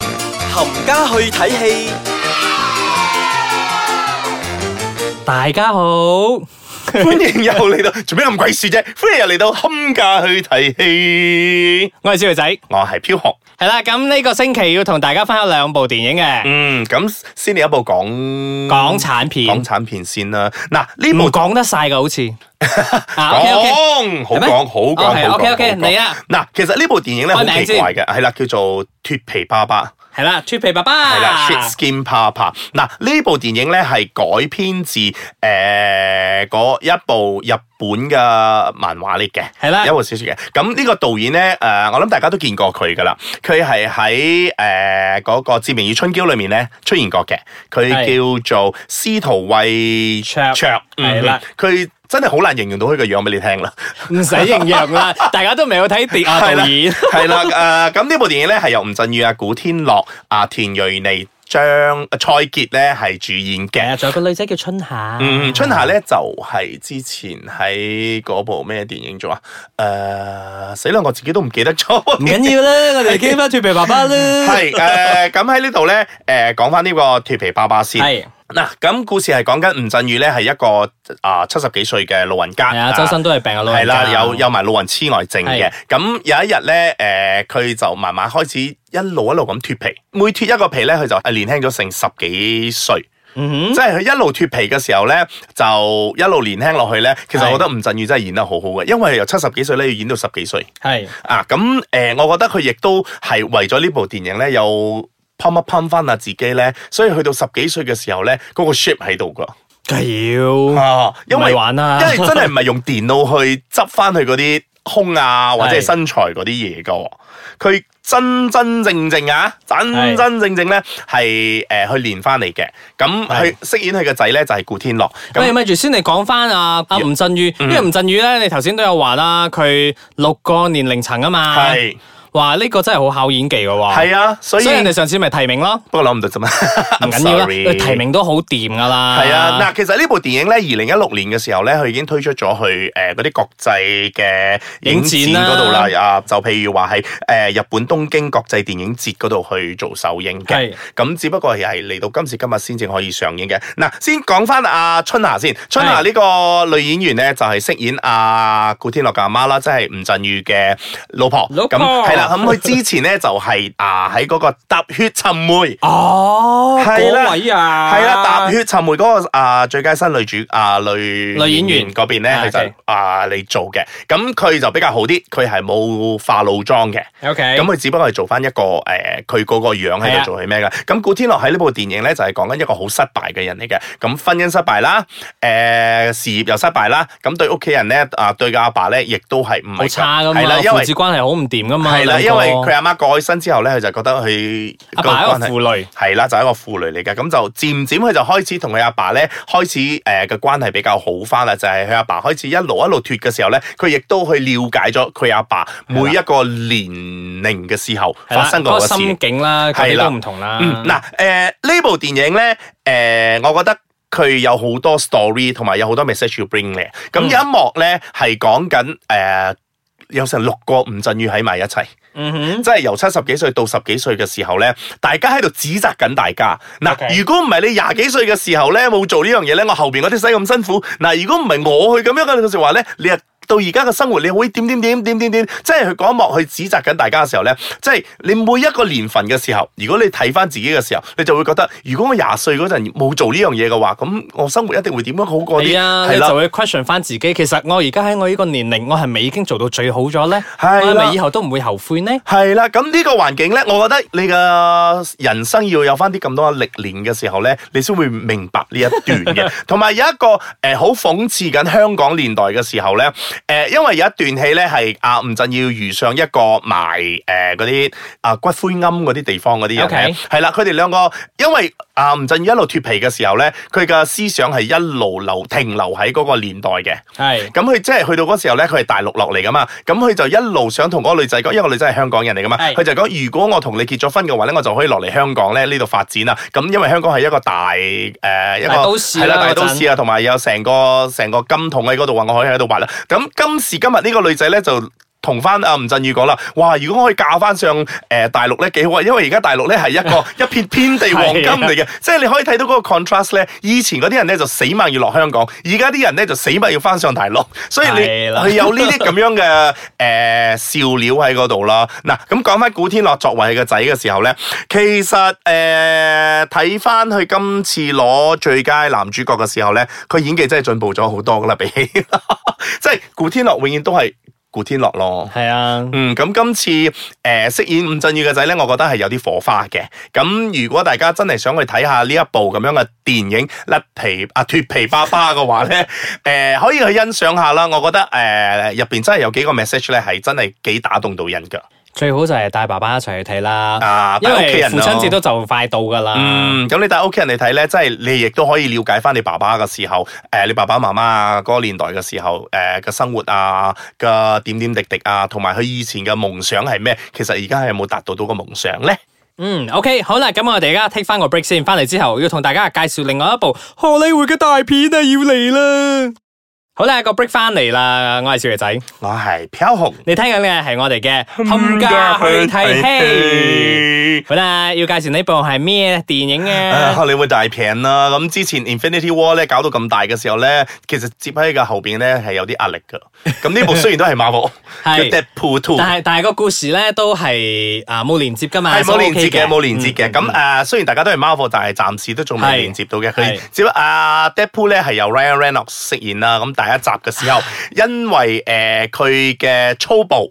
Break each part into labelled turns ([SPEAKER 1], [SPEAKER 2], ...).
[SPEAKER 1] 冚家去睇戲，
[SPEAKER 2] 大家好，
[SPEAKER 3] 歡迎又嚟到， 做咩咁鬼事啫？歡迎又嚟到冚家去睇戲，
[SPEAKER 2] 我係小肥仔，
[SPEAKER 3] 我係飄紅。
[SPEAKER 2] 係啦，咁呢個星期要同大家分享兩部電影嘅
[SPEAKER 3] 嗯，咁先嚟一部講
[SPEAKER 2] 港產片，
[SPEAKER 3] 港產片先啦。嗱，呢
[SPEAKER 2] 唔
[SPEAKER 3] 部
[SPEAKER 2] 講得晒噶， 好似啊，OK OK，
[SPEAKER 3] 講好
[SPEAKER 2] 係咩
[SPEAKER 3] 講好講好
[SPEAKER 2] 哦係
[SPEAKER 3] 講
[SPEAKER 2] OK，OK，
[SPEAKER 3] 好講
[SPEAKER 2] 嚟啊！
[SPEAKER 3] 嗱，其實呢部電影咧好
[SPEAKER 2] 開名
[SPEAKER 3] 奇怪嘅，係啦，叫做脫皮爸爸。
[SPEAKER 2] 係啦，脫皮爸爸，
[SPEAKER 3] 係啦，Shit Skin Papa。嗱，呢部電影咧係改編自誒嗰、一部日本嘅漫畫嚟嘅，
[SPEAKER 2] 係啦
[SPEAKER 3] 一部小説嘅。咁呢個導演咧誒、我諗大家都見過佢噶啦，佢係喺誒嗰個《志明與春嬌》裏面咧出現過嘅，佢叫做司徒慧
[SPEAKER 2] 卓係啦，
[SPEAKER 3] 嗯佢真係好難形容到佢個樣俾你 聽啦。
[SPEAKER 2] 唔使形容 啦，大家都未有睇碟啊，
[SPEAKER 3] 係啦
[SPEAKER 2] 導演，
[SPEAKER 3] 係啦，誒呃咁呢部電影咧係由吳鎮宇啊、古天樂啊、田蕊妮、張呃蔡潔咧係主演
[SPEAKER 2] 係
[SPEAKER 3] 嘅。
[SPEAKER 2] 啊，仲有個女仔叫春夏，
[SPEAKER 3] 嗯，春夏咧就係、之前喺嗰部咩電影做啊？誒、死啦！我自己都唔記得 咗。
[SPEAKER 2] 唔緊要啦，我哋傾翻脫皮爸爸啦，
[SPEAKER 3] 係誒，咁喺呢度咧，誒講翻呢個脱皮爸爸先。
[SPEAKER 2] 係
[SPEAKER 3] 嗱，咁故事係講緊吳鎮宇咧係一個啊七十幾歲嘅老人家，
[SPEAKER 2] 係啊，周身都係病啊，老
[SPEAKER 3] 係
[SPEAKER 2] 人家
[SPEAKER 3] 啦，有有埋老人痴呆症嘅
[SPEAKER 2] 係。
[SPEAKER 3] 咁有一日咧，誒、佢就慢慢開始一路一路咁脱皮，每脱一個皮咧，佢就啊年輕咗成十幾歲。
[SPEAKER 2] 嗯哼，
[SPEAKER 3] 即係佢一路脱皮嘅時候咧，就一路年輕落去咧。其實
[SPEAKER 2] 係
[SPEAKER 3] 我覺得吳鎮宇真係演得好好嘅，因為由七十幾歲咧要演到十幾歲
[SPEAKER 2] 係
[SPEAKER 3] 啊。咁誒、我覺得佢亦都係為咗呢部電影咧，又噴一噴翻下自己咧，所以去到十幾歲嘅時候咧，嗰、個 shape 喺度噶。
[SPEAKER 2] 梗係要，
[SPEAKER 3] 啊，因
[SPEAKER 2] 嗯唔係
[SPEAKER 3] 為
[SPEAKER 2] 玩啦
[SPEAKER 3] 因為真係唔係用電腦去執翻佢嗰啲胸啊或者
[SPEAKER 2] 係
[SPEAKER 3] 係身材嗰啲嘢噶喎，佢真真正正啊，
[SPEAKER 2] 係
[SPEAKER 3] 真真正正咧係誒去練翻嚟嘅。咁
[SPEAKER 2] 係
[SPEAKER 3] 佢飾演佢個仔咧就係古天樂。
[SPEAKER 2] 喂，
[SPEAKER 3] 咁
[SPEAKER 2] 咪住先，你講翻阿阿吳鎮宇，因為吳鎮宇咧，你頭先都有話啦，佢六個年齡層啊嘛，
[SPEAKER 3] 係
[SPEAKER 2] 哇，呢個真係好考演技嘅喎，
[SPEAKER 3] 係啊，所以
[SPEAKER 2] 所以人哋上次咪提名咯，
[SPEAKER 3] 不過諗唔到啫嘛，
[SPEAKER 2] 唔
[SPEAKER 3] I'm
[SPEAKER 2] 緊要啦，
[SPEAKER 3] sorry
[SPEAKER 2] 佢提名都好掂噶啦，
[SPEAKER 3] 係啊，嗱，其實呢部電影咧，二零一六年嘅時候咧，佢已經推出咗去誒嗰啲國際嘅影展嗰度啦
[SPEAKER 2] 影，
[SPEAKER 3] 啊，就譬如話係呃誒日本東京國際電影節嗰度去做首映
[SPEAKER 2] 係
[SPEAKER 3] 嘅，咁只不過係嚟到今時今日先至可以上映嘅。嗱，先講翻阿春夏先，春夏呢個女演員咧就係飾演阿古天樂嘅阿媽啦，即係吳鎮宇嘅老婆，
[SPEAKER 2] 老
[SPEAKER 3] 咁
[SPEAKER 2] 婆
[SPEAKER 3] 係啦，咁佢之前咧就係啊喺嗰個《踏血尋梅》。
[SPEAKER 2] 哦，
[SPEAKER 3] 係啦
[SPEAKER 2] 嗰位啊，
[SPEAKER 3] 係啦，《踏血尋梅》嗰個啊最佳新女主啊女
[SPEAKER 2] 女演員
[SPEAKER 3] 嗰邊咧，
[SPEAKER 2] 啊
[SPEAKER 3] 佢
[SPEAKER 2] ，OK
[SPEAKER 3] 就啊你做嘅，咁佢就比較好啲，佢係冇化老妝嘅。
[SPEAKER 2] ，OK，
[SPEAKER 3] 咁佢只不過係做翻一個誒，佢嗰個樣
[SPEAKER 2] 係
[SPEAKER 3] 喺
[SPEAKER 2] 啊
[SPEAKER 3] 度做係咩嘅？咁古天樂喺呢部電影咧就係講緊一個好失敗嘅人嚟嘅，咁婚姻失敗啦，誒事業又失敗啦，咁對屋企人咧啊對個阿爸咧亦都係唔係
[SPEAKER 2] 好差噶
[SPEAKER 3] 係
[SPEAKER 2] 嘛，
[SPEAKER 3] 啦，因
[SPEAKER 2] 父
[SPEAKER 3] 為
[SPEAKER 2] 子關係好唔掂噶嘛，
[SPEAKER 3] 係啦，因
[SPEAKER 2] 兩個
[SPEAKER 3] 為佢阿媽過咗身之後咧，佢就覺得佢
[SPEAKER 2] 阿爸係一
[SPEAKER 3] 關
[SPEAKER 2] 個
[SPEAKER 3] 係
[SPEAKER 2] 負累，
[SPEAKER 3] 係啦，就係一個婦女嚟嘅，咁就漸漸佢就開始同佢阿爸咧開始呃誒嘅、關係比較好翻啦，就係佢阿爸開始一路一路脱嘅時候咧，佢亦都去了解咗佢阿爸每一個年齡嘅時候
[SPEAKER 2] 係啦
[SPEAKER 3] 發生過
[SPEAKER 2] 嗰個
[SPEAKER 3] 嘅
[SPEAKER 2] 心啊
[SPEAKER 3] 事。
[SPEAKER 2] 境啦，嗰啲
[SPEAKER 3] 係啦
[SPEAKER 2] 都唔同啦，
[SPEAKER 3] 嗯，嗱、誒呢部電影咧，誒、我覺得。佢有好多 story 同埋有好多 message 要 bring 嘅，
[SPEAKER 2] 嗯
[SPEAKER 3] 咁有一幕咧係講緊誒有成六個吳鎮宇喺埋一齊，
[SPEAKER 2] 嗯哼，
[SPEAKER 3] 即係由七十幾歲到十幾歲嘅時候咧，大家喺度指責緊大家。嗱
[SPEAKER 2] OK
[SPEAKER 3] 如果唔係你廿幾歲嘅時候咧冇做呢樣嘢咧，我後邊嗰啲使咁辛苦。嗱，如果唔係我去咁樣嘅嘅時話咧，你啊到而家嘅生活，你會點點點點點點，即係佢講一幕去指責緊大家嘅時候咧，即係你每一個年份嘅時候，如果你睇翻自己嘅時候，你就會覺得，如果我廿歲嗰陣冇做呢樣嘢嘅話，咁我生活一定會點樣好過啲，
[SPEAKER 2] 係啊，
[SPEAKER 3] 係
[SPEAKER 2] 你
[SPEAKER 3] 啦
[SPEAKER 2] 就會 question 翻自己，其實我而家喺我呢個年齡，我係咪已經做到最好咗咧？我
[SPEAKER 3] 係啦
[SPEAKER 2] 係咪以後都唔會後悔呢？
[SPEAKER 3] 係啦，咁呢個環境咧，我覺得你嘅人生要有翻啲咁多歷練嘅時候咧，你先會明白呢一段嘅。同埋有一個誒好、諷刺緊香港年代嘅時候咧，誒、因為有一段戲咧係啊阿吳鎮要遇上一個埋誒嗰啲啊骨灰庵嗰啲地方嗰啲人
[SPEAKER 2] OK
[SPEAKER 3] 咧，係啦佢哋兩個因為阿吳鎮要一路脱皮嘅時候咧，佢嘅思想係一路留停留喺嗰個年代嘅。
[SPEAKER 2] 係
[SPEAKER 3] 咁佢即係去到嗰時候咧，佢係大陸落嚟噶嘛，咁佢就一路想同嗰個女仔講，因為個女仔係香港人嚟噶嘛，
[SPEAKER 2] 係
[SPEAKER 3] 佢就講如果我同你結咗婚嘅話咧，我就可以落嚟香港咧呢度發展啦。咁因為香港係一個大誒、呃一個
[SPEAKER 2] 大都市啦
[SPEAKER 3] 係啦，大
[SPEAKER 2] 嗰陣
[SPEAKER 3] 都市啊，同埋有成個成個金桶喺嗰度啊，我可以喺度挖啦。咁今時今日呢個女仔咧就。同翻阿吳振宇講啦，哇！如果可以嫁翻上誒、呃大陸咧，幾好啊！因為而家大陸咧係一 個一片遍地黃金嚟
[SPEAKER 2] 啊
[SPEAKER 3] 嘅，即係你可以睇到嗰個 contrast 咧。以前嗰啲人咧就死猛要落香港，而家啲人咧就死猛要翻上大陸，所以你
[SPEAKER 2] 係啦
[SPEAKER 3] 係有呢啲咁樣嘅誒、呃笑料喺嗰度啦。嗱，咁講翻古天樂作為佢個仔嘅時候咧，其實誒睇翻佢今次攞最佳男主角嘅時候咧，佢演技真係進步咗好多噶啦，比起即係古天樂永遠都係古天樂咯。
[SPEAKER 2] 系啊，
[SPEAKER 3] 嗯，咁今次誒、呃、飾演吳鎮宇嘅仔咧，我覺得係有啲火花嘅。咁如果大家真係想去睇下呢一部咁樣嘅電影《甩皮啊脱皮爸爸》嘅 話咧，誒、可以去欣賞下啦。我覺得誒入邊真係有幾個 message 咧，係真係幾打動到人㗎。
[SPEAKER 2] 最好就係帶爸爸一齊去睇啦，
[SPEAKER 3] 啊，
[SPEAKER 2] 因
[SPEAKER 3] 帶屋企
[SPEAKER 2] 為
[SPEAKER 3] 人
[SPEAKER 2] 父親節
[SPEAKER 3] 咯
[SPEAKER 2] 都就快到噶啦。
[SPEAKER 3] 嗯，咁你帶屋企人嚟睇咧，即係你亦都可以了解翻你爸爸嘅時候，誒、你爸爸媽媽啊嗰個年代嘅時候，誒、嘅生活啊嘅點點滴滴啊，同埋佢以前嘅夢想係咩？其實而家係有冇達到到個夢想咧？
[SPEAKER 2] 嗯，OK，好啦，咁我哋而家 take 翻個 break 先，翻嚟之後要同大家介紹另外一部荷里活嘅大片啊，要嚟啦。好啦，個 break 翻嚟啦，我係少爺仔，
[SPEAKER 3] 我係飄紅，
[SPEAKER 2] 你聽緊嘅係我哋嘅《冚家去睇戲》。好啦，要介紹呢部係咩電影
[SPEAKER 3] 啊
[SPEAKER 2] 啊？
[SPEAKER 3] 荷里活大片啦，咁之前 Infinity War 咧搞到咁大嘅時候咧，其實接喺嘅後邊咧係有啲壓力噶。咁 呢部雖然都係 Marvel，
[SPEAKER 2] 係
[SPEAKER 3] 叫 Deadpool Two，
[SPEAKER 2] 但係但係個故事咧都係啊冇連接噶嘛，
[SPEAKER 3] 係冇
[SPEAKER 2] 所以
[SPEAKER 3] 連接
[SPEAKER 2] OK 嗯
[SPEAKER 3] 嘅，冇連接嘅。咁誒，雖然大家都係 Marvel，但係暫時都仲未
[SPEAKER 2] 係
[SPEAKER 3] 連接到嘅。佢
[SPEAKER 2] 係
[SPEAKER 3] 只不過啊 Deadpool 咧係由 Ryan Reynolds 飾演啦。咁第一集嘅 時候，因為誒佢嘅粗暴、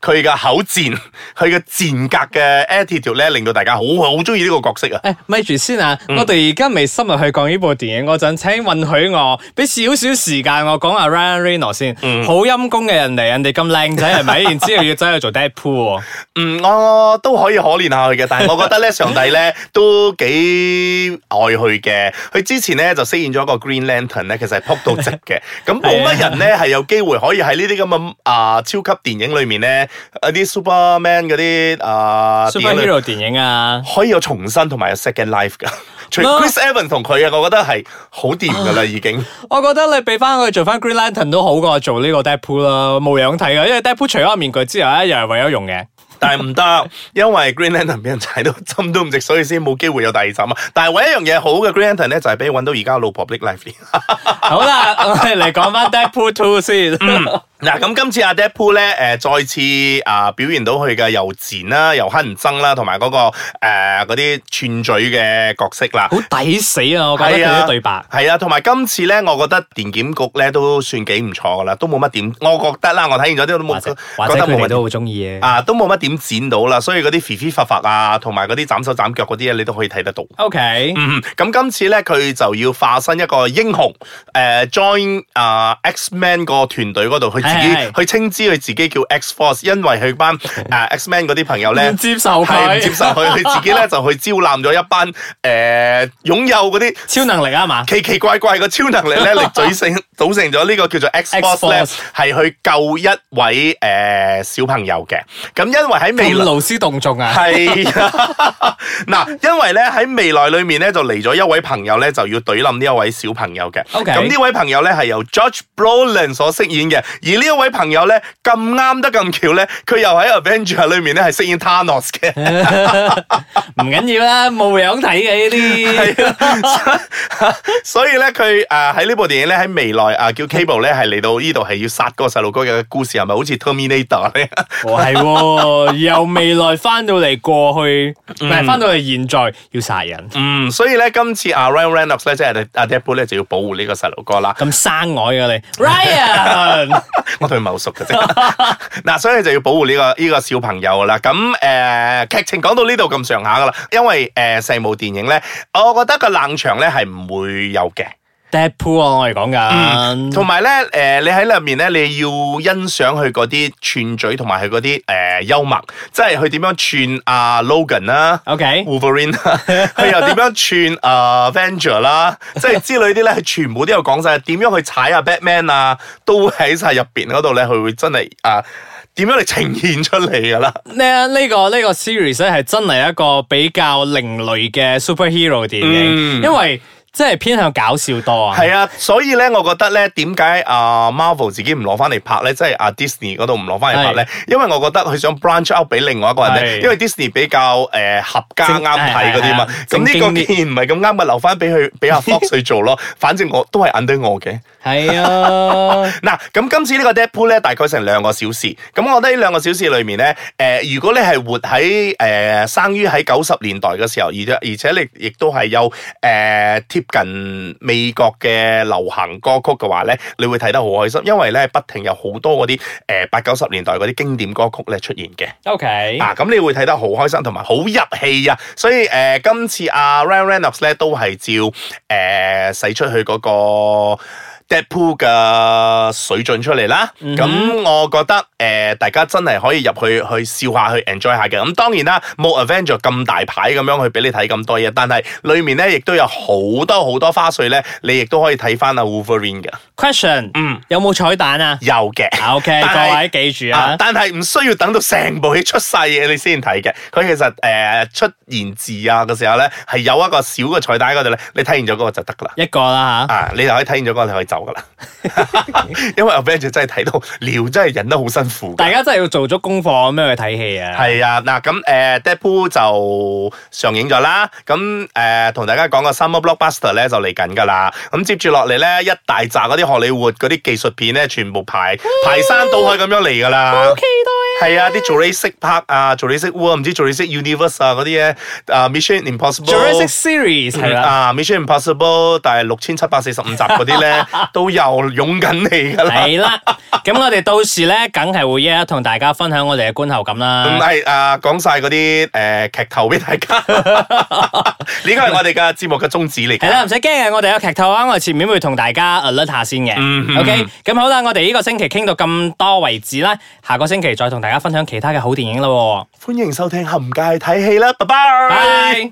[SPEAKER 3] 佢嘅口賤、佢嘅賤格嘅 attitude 咧，令到大家好好中意呢個角色啊！
[SPEAKER 2] 诶，咪住先啊！
[SPEAKER 3] 嗯
[SPEAKER 2] 我哋而家未深入去講呢部電影嗰陣，請允許我俾少少時間我講下 Ryan Reynolds 先。
[SPEAKER 3] 嗯
[SPEAKER 2] 好陰功嘅人嚟，人哋咁靚仔係 咪？然之後要走去做 Deadpool 喎。
[SPEAKER 3] 嗯，我都可以可憐下佢嘅，但係我覺得咧，上帝咧都幾愛佢嘅。佢之前咧就飾演咗一個 Green Lantern 咧，其實係撲到直嘅。咁冇乜人咧係有機會可以喺呢啲咁嘅啊超級電影裏面咧，一啲 Superman 嗰啲啊電影裏
[SPEAKER 2] Superhero 電影啊，
[SPEAKER 3] 可以有重生同埋有 Second Life 噶。除
[SPEAKER 2] 咯
[SPEAKER 3] Chris Evans 同佢啊，我覺得係好掂噶啦，已經。
[SPEAKER 2] 我覺得你俾翻佢做翻 Green Lantern 都好過做呢個 Deadpool 啦，冇樣睇啊噶。因為 Deadpool 除咗個面具之外咧，又係為咗用 嘅。
[SPEAKER 3] 但係唔得，因為 Green Lantern 俾人踩到 針都唔值，所以先冇機會有第二集啊。但係唯一一樣嘢好嘅 Green Lantern 咧，就係俾佢揾到而家老婆 Blake Lively。
[SPEAKER 2] 好啦，我哋嚟講翻 Deadpool Two 先。
[SPEAKER 3] 嗯
[SPEAKER 2] 嗯
[SPEAKER 3] 嗱，咁今次阿 Deadpool 咧，誒、再次啊、表現到佢嘅又賤啦、又乞人憎啦，同埋嗰個誒嗰啲串嘴嘅角色啦。
[SPEAKER 2] 好抵死啊！我覺得
[SPEAKER 3] 係
[SPEAKER 2] 佢
[SPEAKER 3] 啊
[SPEAKER 2] 啲對白。
[SPEAKER 3] 係啊，同埋今次咧，我覺得電檢局咧都算幾唔錯噶啦，都冇乜點，我覺得啦，我睇完咗啲都
[SPEAKER 2] 或
[SPEAKER 3] 冇，
[SPEAKER 2] 者
[SPEAKER 3] 覺
[SPEAKER 2] 或者
[SPEAKER 3] 得
[SPEAKER 2] 佢哋
[SPEAKER 3] 冇乜
[SPEAKER 2] 都
[SPEAKER 3] 點
[SPEAKER 2] 好中意嘅。
[SPEAKER 3] 啊，都冇乜點剪到啦，所以嗰啲肥肥發發啊，同埋嗰啲斬手斬腳嗰啲嘢，你都可以睇得到。
[SPEAKER 2] OK，
[SPEAKER 3] 嗯，咁今次咧佢就要化身一個英雄，誒、join 呃啊、X-Men 個團隊嗰度，佢自己
[SPEAKER 2] 係係
[SPEAKER 3] 佢稱之佢自己叫 X-Force，因為佢 班誒 X-Men 嗰啲朋友咧
[SPEAKER 2] 唔。接受
[SPEAKER 3] 係唔
[SPEAKER 2] 佢，
[SPEAKER 3] 接受佢，佢自己咧就去招攬咗一班誒、呃擁有嗰啲
[SPEAKER 2] 超能力啊嘛。
[SPEAKER 3] 奇奇怪怪嘅超能力咧，嚟 組成組成咗呢個叫做 X-Force 咧
[SPEAKER 2] X-Force，
[SPEAKER 3] 係去救一位誒、小朋友嘅。咁因為喺未
[SPEAKER 2] 咁
[SPEAKER 3] 來。
[SPEAKER 2] 勞師動眾 啊！
[SPEAKER 3] 系啊，嗱，因為咧喺未來裏面咧就嚟咗一位朋友咧就要懟冧呢一位小朋友嘅。
[SPEAKER 2] OK
[SPEAKER 3] 咁呢位朋友咧係由 George Brolin 所飾演嘅，而呢一位朋友咧咁啱得咁巧咧，佢又喺 Avenger 裏面咧係飾演 Thanos 嘅。
[SPEAKER 2] 唔緊要啦，冇樣睇嘅呢啲。
[SPEAKER 3] 所以咧，佢誒喺呢部電影咧，喺未來啊叫 Cable 咧，係嚟到呢度係要殺嗰個細路哥嘅故事，係咪好似 Terminator 咧？
[SPEAKER 2] 哦，係喎，由未來翻到嚟過去，唔係翻到嚟現在要殺人，
[SPEAKER 3] 嗯，所以咧今次啊 Ryan Reynolds 咧，即係阿 Deadpool 咧就要保護呢個細路哥啦。
[SPEAKER 2] 咁生外嘅你，Ryan
[SPEAKER 3] 我對佢唔係好熟嘅啫。 嗱，所以就要保護呢、個呢、個小朋友啦。咁誒、呃、劇情講到呢度咁上下噶啦，因為誒成、部電影咧，我覺得個冷場咧係唔會有嘅。
[SPEAKER 2] Deadpool 啊，我哋講緊。
[SPEAKER 3] 同埋咧，誒、你喺入面咧，你要欣賞佢嗰啲串嘴同埋佢嗰啲誒幽默，即係佢點樣串啊 Logan 啦、
[SPEAKER 2] OK，
[SPEAKER 3] Wolverine 啦，佢又點樣串啊 Avenger 啦，即係之類啲咧，佢全部都有講晒，點樣去踩啊 Batman 啊，都喺晒入邊嗰度咧，佢會真係啊點樣嚟呈現出嚟噶啦。
[SPEAKER 2] 呢呢個呢個 series 咧係真係一個比較另類嘅 superhero 電影，
[SPEAKER 3] 嗯
[SPEAKER 2] 因為。即係偏向搞笑多啊。
[SPEAKER 3] 係啊，所以咧，我覺得咧，點解啊 Marvel 自己唔攞翻嚟拍咧，即係啊 Disney 嗰度唔攞翻嚟拍咧？因為我覺得佢想 branch out 俾另外一個人咧，
[SPEAKER 2] 係
[SPEAKER 3] 因為 Disney 比較誒合家
[SPEAKER 2] 正
[SPEAKER 3] 啱睇嗰啲
[SPEAKER 2] 係係
[SPEAKER 3] 嘛
[SPEAKER 2] 係。
[SPEAKER 3] 咁
[SPEAKER 2] 正
[SPEAKER 3] 呢個
[SPEAKER 2] 經啲
[SPEAKER 3] 既然唔係咁啱嘅，留翻俾佢俾阿 Fox 去做咯。反正我都係 under 我嘅。
[SPEAKER 2] 係啊，
[SPEAKER 3] 嗱，咁今次呢個 Deadpool 咧，大概成兩個小時。咁我覺得呢兩個小時裏面咧，誒、如果你係活喺誒、呃生於喺九十年代嘅時候，而且而且你亦都係有誒、呃、貼近美國嘅流行歌曲嘅話咧，你會睇得好開心，因為咧不停有好多嗰啲誒八九十年代嗰啲經典歌曲咧出現嘅。
[SPEAKER 2] OK，
[SPEAKER 3] 啊，咁你會睇得好開心，同埋好入戲啊！所以誒、呃今次阿、Ryan Reynolds 咧都係照誒使出去嗰個 Deadpool 嘅水準出嚟啦。咁、我覺得誒、呃大家真係可以入去去笑下，去 enjoy 下嘅。咁當然啦，冇 Avenger 咁大牌咁樣去俾你睇咁多嘢，但係裡面咧亦都有好多好多花絮咧，你亦都可以睇翻阿 Wolverine 嘅。
[SPEAKER 2] question，
[SPEAKER 3] 嗯，
[SPEAKER 2] 有冇彩蛋啊
[SPEAKER 3] 有嘅。
[SPEAKER 2] 啊？OK，
[SPEAKER 3] 但係
[SPEAKER 2] 各位記住
[SPEAKER 3] 啊
[SPEAKER 2] 啊！
[SPEAKER 3] 但係唔需要等到成部戲出晒嘢你先睇嘅，佢其實誒、呃出言字啊嘅時候咧，係有一個小嘅彩蛋嗰度咧，你睇完咗嗰個就得噶啦。
[SPEAKER 2] 一個啦
[SPEAKER 3] 啊！你就可以睇完咗嗰個，你可以走噶啦。因為 Avenger 真係睇到尿，真係忍得好辛苦
[SPEAKER 2] 吓，大
[SPEAKER 3] 㗎。
[SPEAKER 2] 家真係要做足功課咁樣去睇戲啊！
[SPEAKER 3] 係啊，嗱咁誒 Deadpool 就上映咗啦，咁誒同大家講個 Summer Blockbuster 咧就嚟緊㗎啦，咁接住落嚟咧一大扎嗰啲荷里活嗰啲技術片咧，全部排排山倒海咁樣嚟㗎啦。係啊，啲 Jurassic Park 啊，Jurassic World 唔知 Jurassic Universe 啊嗰啲嘢，啊 Mission Impossible。
[SPEAKER 2] Jurassic Series 係啦，
[SPEAKER 3] 啊，Mission Impossible，但係六千七 百四十五集嗰啲咧都又湧緊嚟㗎啦。
[SPEAKER 2] 係啦。咁我哋到時咧，梗係會一一同大家分享我哋嘅觀後感
[SPEAKER 3] 咁
[SPEAKER 2] 啦。
[SPEAKER 3] 係啊，講晒嗰啲誒劇透俾 大家，呢個係我哋嘅節目嘅宗旨嚟
[SPEAKER 2] 係啦，
[SPEAKER 3] 㗎。
[SPEAKER 2] 唔使驚嘅，我哋有劇透啊！我哋前面會同大家 alert 下先嘅。
[SPEAKER 3] 嗯
[SPEAKER 2] OK，咁好啦，我哋呢個星期傾到咁多為止啦，下個星期再同大家分享其他嘅好電影啦喎。
[SPEAKER 3] 歡迎收聽《冚界睇戲》啦，拜拜。
[SPEAKER 2] 拜。